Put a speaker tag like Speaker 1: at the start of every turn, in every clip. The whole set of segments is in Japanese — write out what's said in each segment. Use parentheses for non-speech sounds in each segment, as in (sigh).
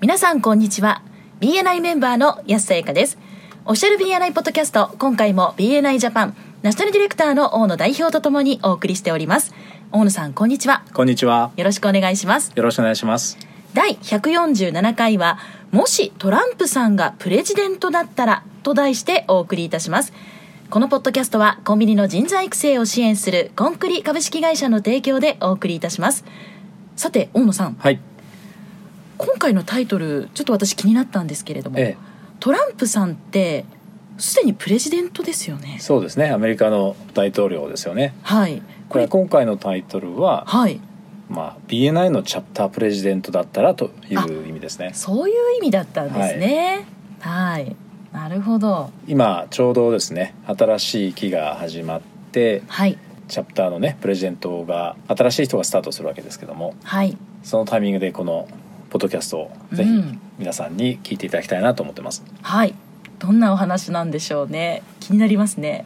Speaker 1: 皆さんこんにちは BNI メンバーの安さやかですオフィシャル BNI ポッドキャスト今回も BNI ジャパンナショナルディレクターの大野代表とともにお送りしております大野さんこんにちは
Speaker 2: こんにちは。
Speaker 1: よろしくお願いします
Speaker 2: よろしくお願いします。
Speaker 1: 第147回は「もしトランプさんがプレジデントだったら」と題してお送りいたしますこのポッドキャストはコンビニの人材育成を支援するコンクリ株式会社の提供でお送りいたしますさて大野さん
Speaker 2: はい。
Speaker 1: 今回のタイトルちょっと私気になったんですけれども、
Speaker 2: え
Speaker 1: トランプさんってすでにプレジデントですよね
Speaker 2: え、そうですね。アメリカの大統領ですよね。
Speaker 1: はい
Speaker 2: これ今回のタイトルは、
Speaker 1: はい
Speaker 2: まあ BNI のチャプタープレジデントだったらという意味ですね。
Speaker 1: そういう意味だったんですねはいなるほど
Speaker 2: 今ちょうどですね、新しい期が始まって、
Speaker 1: はい
Speaker 2: チャプターのねプレジデントが新しい人がスタートするわけですけども、
Speaker 1: はい
Speaker 2: そのタイミングでこのポッドキャストをぜひ
Speaker 1: うん
Speaker 2: 皆さんに聞いていただきたいなと思ってます。
Speaker 1: はいどんなお話なんでしょうね気になりますね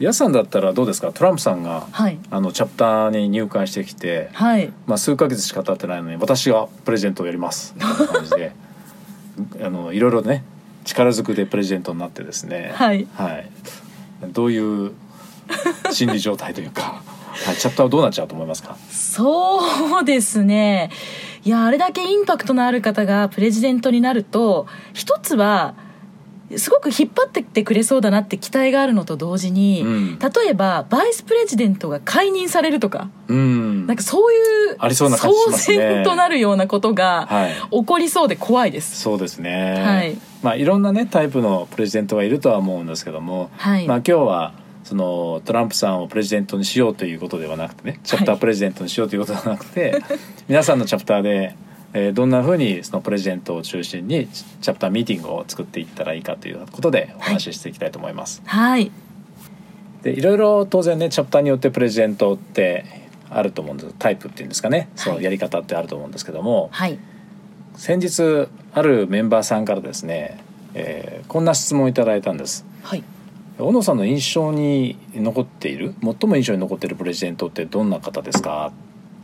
Speaker 2: 皆さんだったらどうですか？トランプさんが
Speaker 1: はい
Speaker 2: あのチャプターに入会してきて。
Speaker 1: はい
Speaker 2: まあ、数ヶ月しか経ってないのに私がプレゼントをやりますみたいな感じ
Speaker 1: (laughs)
Speaker 2: であのいろいろね力ずくでプレゼントになってですね
Speaker 1: はい
Speaker 2: どういう心理状態というか、はい、チャプターはどうなっちゃうと思いますか
Speaker 1: そうですねいやあれだけインパクトのある方がプレジデントになると一つはすごく引っ張ってってくれそうだなって期待があるのと同時に、
Speaker 2: うん
Speaker 1: 例えばバイスプレジデントが解任されるとか
Speaker 2: うん
Speaker 1: なんかそういう
Speaker 2: ありそうな感じしますね
Speaker 1: 騒然となるようなことが
Speaker 2: はい
Speaker 1: 起こりそうで怖いです。
Speaker 2: そうですね、
Speaker 1: はい
Speaker 2: まあいろんなねタイプのプレゼントがいるとは思うんですけども、
Speaker 1: はい
Speaker 2: まあ今日はそのトランプさんをプレゼントにしようということではなくてねチャプタープレゼントにしようということではなくて、
Speaker 1: (laughs)
Speaker 2: 皆さんのチャプターで、えーどんなふうにそのプレゼントを中心にチチャプターミーティングを作っていったらいいかということでお話ししていきたいと思います。
Speaker 1: はい
Speaker 2: でいろいろ当然ねチャプターによってプレゼントってあると思うんですタイプっていうんですかね、そ
Speaker 1: は
Speaker 2: の
Speaker 1: い
Speaker 2: やり方ってあると思うんですけども、
Speaker 1: はい
Speaker 2: 先日あるメンバーさんからですね、えーこんな質問をいただいたんです
Speaker 1: はい
Speaker 2: 小野さんの印象に残っている最も印象に残っているプレジデントってどんな方ですか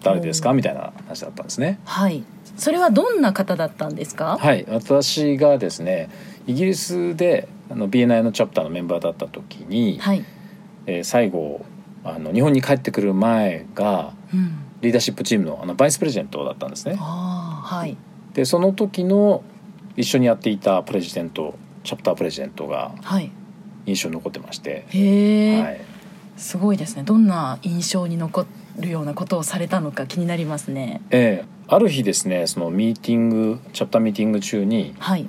Speaker 2: 誰ですかみたいな話だったんですね
Speaker 1: はいそれはどんな方だったんですか。
Speaker 2: はい私がですねイギリスであの BNI のチャプターのメンバーだった時に、
Speaker 1: はい。
Speaker 2: えー最後あの日本に帰ってくる前が
Speaker 1: うん。
Speaker 2: リーダーシップチームのあのバイスプレジデントだったんですね
Speaker 1: ああ、はい。
Speaker 2: でその時の一緒にやっていたプレジデントチャプタープレジデントが
Speaker 1: はい。
Speaker 2: 印象に残ってまして、
Speaker 1: へえ、
Speaker 2: はい、
Speaker 1: すごいですね。どんな印象に残るようなことをされたのか気になりますね。
Speaker 2: ええある日ですねそのミーティングチャプターミーティング中に、
Speaker 1: はい。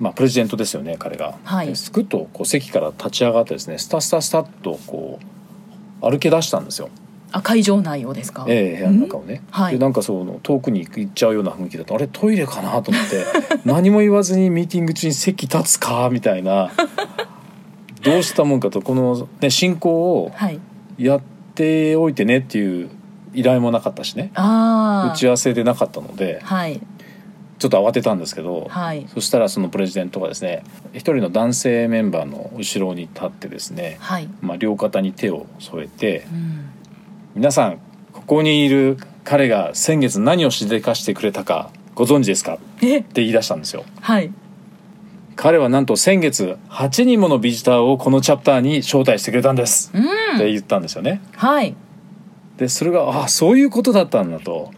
Speaker 2: まあ、プレジデントですよね彼が、
Speaker 1: はい
Speaker 2: えすくっとこう席から立ち上がってですねスタスタスタっとこう歩け出したんですよ、
Speaker 1: あ、会場内をですか。
Speaker 2: ええ部屋の中をね、
Speaker 1: はい
Speaker 2: でなんかその遠くに行っちゃうような雰囲気だとあれトイレかなと思って
Speaker 1: (laughs)
Speaker 2: 何も言わずにミーティング中に席立つかみたいなどうしたもんかとこの、ね、進行を
Speaker 1: はい。
Speaker 2: やっておいてねっていう依頼もなかったしね
Speaker 1: ああ。
Speaker 2: 打ち合わせでなかったので。
Speaker 1: はい。
Speaker 2: ちょっと慌てたんですけど、
Speaker 1: はい。
Speaker 2: そしたらそのプレジデントがですね一人の男性メンバーの後ろに立ってですね、
Speaker 1: はい。
Speaker 2: まあ、両肩に手を添えて
Speaker 1: うん。
Speaker 2: 「皆さんここにいる彼が先月何をしでかしてくれたかご存知ですか?」って
Speaker 1: え、
Speaker 2: 言い出したんですよ。
Speaker 1: はい。
Speaker 2: 彼はなんと先月8人ものビジターをこのチャプターに招待してくれたんです
Speaker 1: う
Speaker 2: って
Speaker 1: ん。
Speaker 2: 言ったんですよね。
Speaker 1: はい。
Speaker 2: でそれがああそういうことだったんだと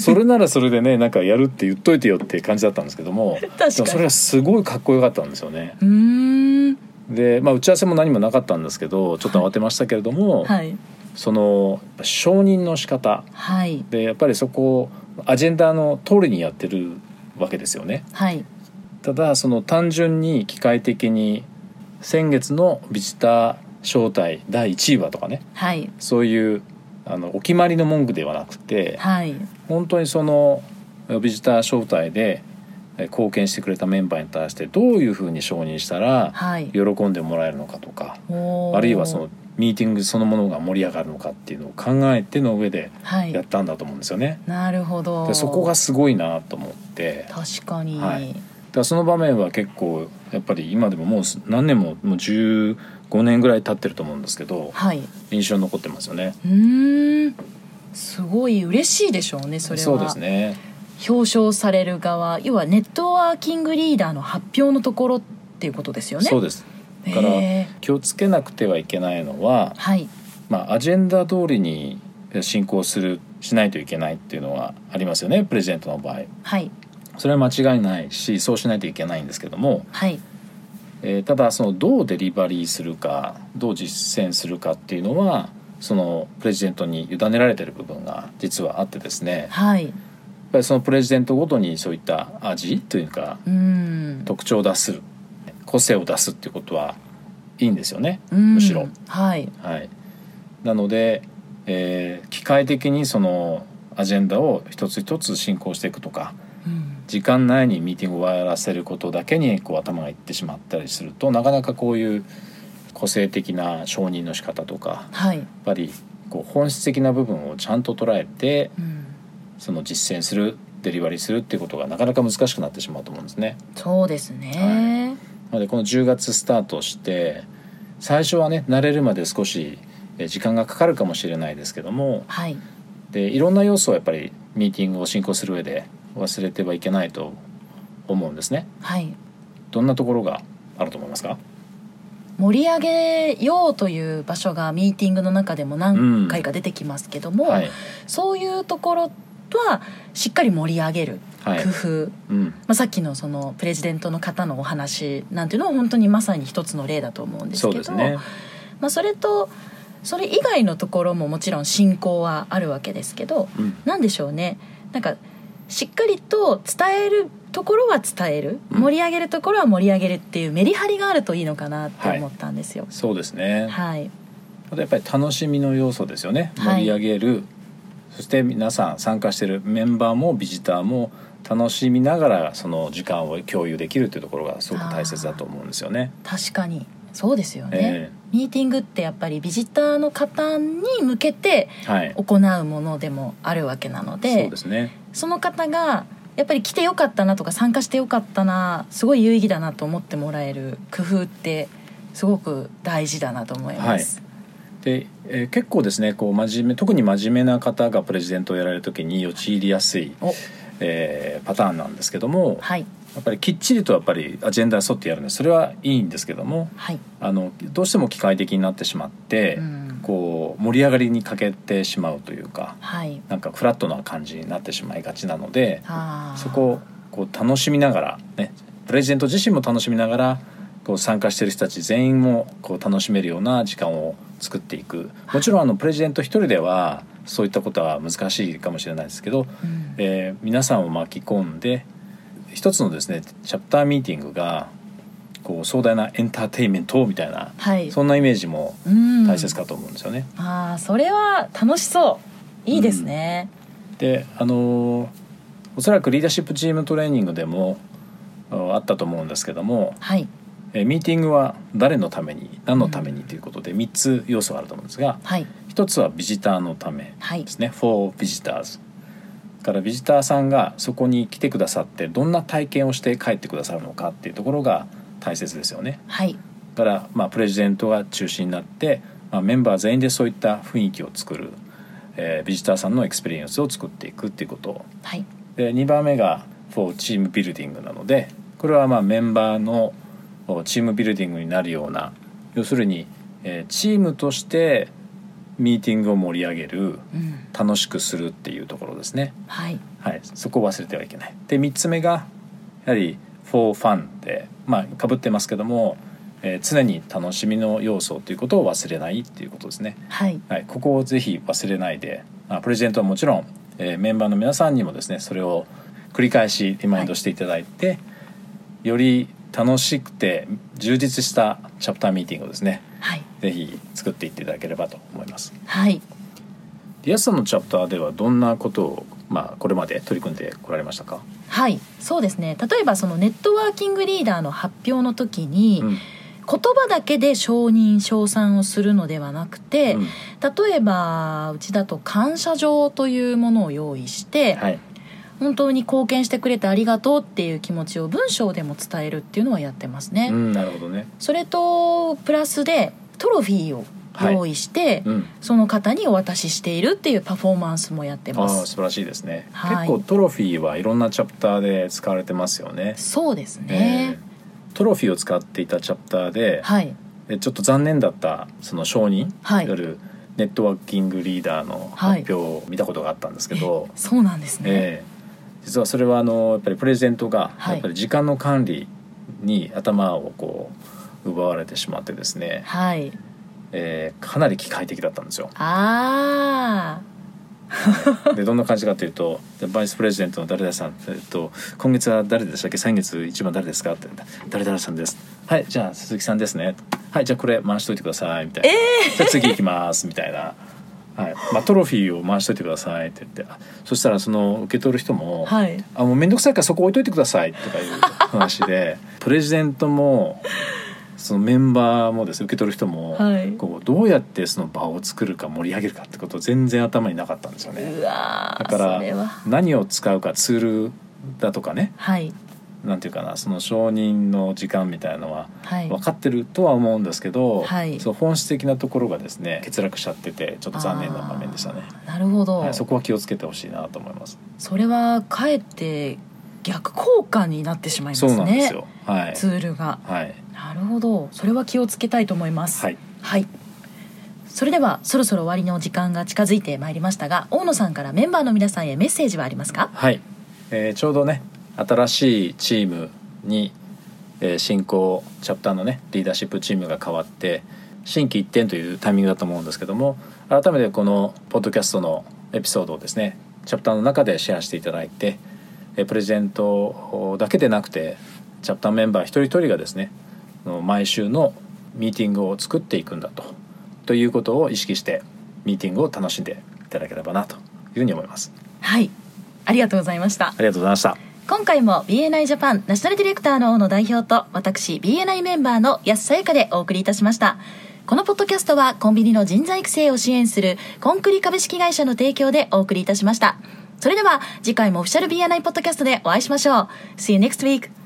Speaker 2: それならそれでねなんかやるって言っといてよって感じだったんですけども
Speaker 1: 確かに
Speaker 2: でもそれがすごいかっこよかったんですよね。
Speaker 1: うーん。
Speaker 2: で、まあ、打ち合わせも何もなかったんですけどちょっと慌てましたけれども、
Speaker 1: はい。
Speaker 2: その承認の仕方
Speaker 1: はい。
Speaker 2: でやっぱりそこをアジェンダの通りにやってるわけですよね。
Speaker 1: はい。
Speaker 2: ただその単純に機械的に先月のビジター招待第1位はとかね
Speaker 1: はい。
Speaker 2: そういうあのお決まりの文句ではなくて
Speaker 1: はい。
Speaker 2: 本当にそのビジター招待でえ貢献してくれたメンバーに対してどういうふうに承認したら
Speaker 1: はい。
Speaker 2: 喜んでもらえるのかとか
Speaker 1: おー
Speaker 2: あるいはその。ミーティングそのものが盛り上がるのかっていうのを考えての上で
Speaker 1: は
Speaker 2: やっ
Speaker 1: い。
Speaker 2: たんだと思うんですよね。
Speaker 1: なるほど。
Speaker 2: でそこが。すごいなと思ってだか
Speaker 1: 確かに。
Speaker 2: はいらその場面は結構やっぱり今でももう何年ももう15年ぐらい経ってると思うんですけど
Speaker 1: はい。
Speaker 2: 印象に残ってますよね。
Speaker 1: うーんすごい嬉しいでしょうねそれは
Speaker 2: そうですね
Speaker 1: 表彰される側要はネットワーキングリーダーの発表のところっていうことですよね。
Speaker 2: そうですだから
Speaker 1: へえ
Speaker 2: 気をつけなくてはいけないのは、
Speaker 1: はい
Speaker 2: まあ、アジェンダ通りに進行するしないといけないっていうのはありますよねプレゼントの場合
Speaker 1: はい
Speaker 2: それは間違いないしそうしないといけないんですけども、
Speaker 1: はい
Speaker 2: えーただそのどうデリバリーするかどう実践するかっていうのはそのプレジデントに委ねられてる部分が実はあってですねやっ
Speaker 1: はい
Speaker 2: ぱりそのプレジデントごとにそういった味というか
Speaker 1: うん
Speaker 2: 特徴を出す個性を出すっていうことはいいんですよね
Speaker 1: うん
Speaker 2: むしろ。
Speaker 1: はい
Speaker 2: はい、なので、えー機械的にそのアジェンダを一つ一つ進行していくとか
Speaker 1: うん
Speaker 2: 時間内にミーティングを終わらせることだけにこう頭がいってしまったりするとなかなかこういう個性的な承認の仕方とかや
Speaker 1: はい
Speaker 2: っぱりこう本質的な部分をちゃんと捉えて
Speaker 1: うん
Speaker 2: その実践するデリバリーするっていうことがなかなか難しくなってしまうと思うんですね。
Speaker 1: そうですね、
Speaker 2: なのでこの10月スタートして最初はね慣れるまで少しえー時間がかかるかもしれないですけども
Speaker 1: はい、
Speaker 2: でいろんな要素をやっぱりミーティングを進行する上で忘れてはいけないと思うんですね。
Speaker 1: はい、
Speaker 2: どんなところがあると思いますか。
Speaker 1: 盛り上げようという場所がミーティングの中でも何回か出てきますけども、
Speaker 2: はい。
Speaker 1: そういうところはしっかり盛り上げる工
Speaker 2: はい。
Speaker 1: 夫、
Speaker 2: うん。
Speaker 1: まあ、さっきのそのプレジデントの方のお話なんていうのは本当にまさに一つの例だと思うんです
Speaker 2: そう
Speaker 1: けど
Speaker 2: ですね。
Speaker 1: まあ、それとそれ以外のところももちろん進行はあるわけですけど
Speaker 2: うん。
Speaker 1: 何でしょうねなんかしっかりと伝えるところは伝える
Speaker 2: うん
Speaker 1: 盛り上げるところは盛り上げるっていうメリハリがあるといいのかなって思ったんですよ。
Speaker 2: そうですね。
Speaker 1: はい、
Speaker 2: あとやっぱり楽しみの要素ですよね。
Speaker 1: は
Speaker 2: 盛
Speaker 1: い
Speaker 2: り上げる。そして皆さん参加しているメンバーもビジターも楽しみながらその時間を共有できるというところがすごく大切だと思うんですよね。
Speaker 1: 確かにそうですよね、
Speaker 2: え
Speaker 1: ミーティングってやっぱりビジターの方に向けて
Speaker 2: えはい。
Speaker 1: 行うものでもあるわけなので
Speaker 2: そうですね。
Speaker 1: その方がやっぱり来てよかったなとか参加してよかったなすごい有意義だなと思ってもらえる工夫ってすごく大事だなと思います。
Speaker 2: で、えー結構ですねこう真面目特に真面目な方がプレジデントをやられる時に陥りやすい、えーパターンなんですけど
Speaker 1: お
Speaker 2: も、
Speaker 1: はい
Speaker 2: やっぱりきっちりとやっぱりアジェンダに沿ってやるんでそれはいいんですけども
Speaker 1: はい、
Speaker 2: あのどうしても機械的になってしまって、
Speaker 1: うん
Speaker 2: こう盛り上がりに欠けてしまうというか
Speaker 1: はい、
Speaker 2: なんかフラットな感じになってしまいがちなので
Speaker 1: あー
Speaker 2: そこをこう楽しみながらねプレゼント自身も楽しみながらこう参加してる人たち全員もこう楽しめるような時間を作っていくもちろんあのプレゼント一人ではそういったことは難しいかもしれないですけど、
Speaker 1: うん
Speaker 2: えー皆さんを巻き込んで一つのですねチャプターミーティングがこう壮大なエンターテインメントみたいな
Speaker 1: はい、
Speaker 2: そんなイメージも
Speaker 1: うん
Speaker 2: 大切かと思うんですよね。
Speaker 1: ああそれは楽しそういいですね、
Speaker 2: であのーおそらくリーダーシップチームトレーニングでもあのあったと思うんですけども、
Speaker 1: はい
Speaker 2: えーミーティングは誰のために何のためにということで3つ要素があると思うんですが
Speaker 1: はい
Speaker 2: 1つはビジターのため
Speaker 1: はい
Speaker 2: ですね「for visitors」からビジターさんがそこに来てくださってどんな体験をして帰ってくださるのかっていうところが大切ですよね。
Speaker 1: はい
Speaker 2: だから、まあ、プレジデントが中心になって、まあ、メンバー全員でそういった雰囲気を作る、えービジターさんのエクスペリエンスを作っていくっていうこと
Speaker 1: はい
Speaker 2: で2番目が for チームビルディングなのでこれはまあメンバーのおチームビルディングになるような要するに、えーチームとしてミーティングを盛り上げる
Speaker 1: うん
Speaker 2: 楽しくするっていうところですね、
Speaker 1: はい
Speaker 2: はい、そこを忘れてはいけないで3つ目がやはり「for fun」でまあかぶってますけども、えー常に楽しみの要素ということを忘れないっていうことですね
Speaker 1: はい
Speaker 2: はい、ここをぜひ忘れないで、まあ、プレゼントはもちろん、えーメンバーの皆さんにもですねそれを繰り返しリマインドしていただいて、より楽しくて充実したチャプターミーティングをですね
Speaker 1: はい
Speaker 2: ぜひ作っていっていただければと思います。
Speaker 1: はい
Speaker 2: リアスさんのチャプターではどんなことを、まあ、これまで取り組んでこられましたか、
Speaker 1: はいそうですね例えばそのネットワーキングリーダーの発表の時に、
Speaker 2: うん
Speaker 1: 言葉だけで承認称賛をするのではなくて、
Speaker 2: うん
Speaker 1: 例えばうちだと感謝状というものを用意して、
Speaker 2: はい
Speaker 1: 本当に貢献してくれてありがとうっていう気持ちを文章でも伝えるっていうのはやってますね、
Speaker 2: うん、なるほどね、
Speaker 1: それとプラスでトロフィーを
Speaker 2: はい
Speaker 1: 用意して、
Speaker 2: うん
Speaker 1: その方にお渡ししているっていうパフォーマンスもやって
Speaker 2: ああ
Speaker 1: ま
Speaker 2: ー
Speaker 1: す
Speaker 2: 素晴らしいですね、
Speaker 1: はい
Speaker 2: 結構トロフィーはいろんなチャプターで使われてますよね、
Speaker 1: そうですね、
Speaker 2: えートロフィーを使っていたチャプターで、
Speaker 1: はい
Speaker 2: でちょっと残念だったその承認、
Speaker 1: はい
Speaker 2: いわゆるネットワーキングリーダーの発表を見たことがあったんですけど、
Speaker 1: そうなんですね、
Speaker 2: ええ実はそれはあのやっぱりプレゼントが
Speaker 1: はい
Speaker 2: やっぱり時間の管理に頭をこう奪われてしまってですね、
Speaker 1: はい。
Speaker 2: ええかなり機械的だったんですよ
Speaker 1: (laughs) あ
Speaker 2: でどんな感じかというとバイスプレゼントの誰々さん、えっと、今月は誰でしたっけ先月一番誰ですかって「誰々さんです」「はいじゃあ鈴木さんですね」「はいじゃあこれ回しといてください」みたいな「じゃあ次行きます」みたいな。はいまあ、トロフィーを回しといてくださいって言ってあそしたらその受け取る人も、
Speaker 1: あはい
Speaker 2: あもう面倒くさいからそこ置いといてくださいとかいう話で
Speaker 1: (laughs)
Speaker 2: プレジデントもそのメンバーもですね受け取る人も、
Speaker 1: はい
Speaker 2: こうどうやってその場を作るか盛り上げるかってこと全然頭になかったんですよね。
Speaker 1: うわ
Speaker 2: だ
Speaker 1: ー
Speaker 2: か
Speaker 1: それ
Speaker 2: ら
Speaker 1: は
Speaker 2: 何を使うかツールだとかね
Speaker 1: はい
Speaker 2: なんていうかなその承認の時間みたいのは
Speaker 1: はい
Speaker 2: 分かってるとは思うんですけど、
Speaker 1: はい
Speaker 2: その本質的なところがですね欠落しちゃっててちょっと残念な場面でしたね。
Speaker 1: あーなるほど、
Speaker 2: はい、そ
Speaker 1: そ
Speaker 2: こは気をつけてほしいなと思います。
Speaker 1: れはかえって逆効果になってしまいますね
Speaker 2: そうなんですよ。はい。
Speaker 1: ツールが
Speaker 2: はい。
Speaker 1: なるほどそれは気をつけたいと思います
Speaker 2: はい。
Speaker 1: はいそれではそろそろ終わりの時間が近づいてまいりましたが大野さんからメンバーの皆さんへメッセージはありますか
Speaker 2: はい、えーちょうどね新しいチームに、えー進行チャプターのねリーダーシップチームが変わって新規一点というタイミングだと思うんですけども改めてこのポッドキャストのエピソードをですねチャプターの中でシェアしていただいて、えープレゼントだけでなくてチャプターメンバー一人一人がですねあの毎週のミーティングを作っていくんだとということを意識してミーティングを楽しんでいただければなというふうに思います。
Speaker 1: はいありがとうございました
Speaker 2: ありがとうございました。
Speaker 1: 今回も BNI ジャパンナショナルディレクターの大野代表と私 BNI メンバーの安さやかでお送りいたしましたこのポッドキャストはコンビニの人材育成を支援するコンクリ株式会社の提供でお送りいたしましたそれでは次回もオフィシャル BNI ポッドキャストでお会いしましょう See you next week!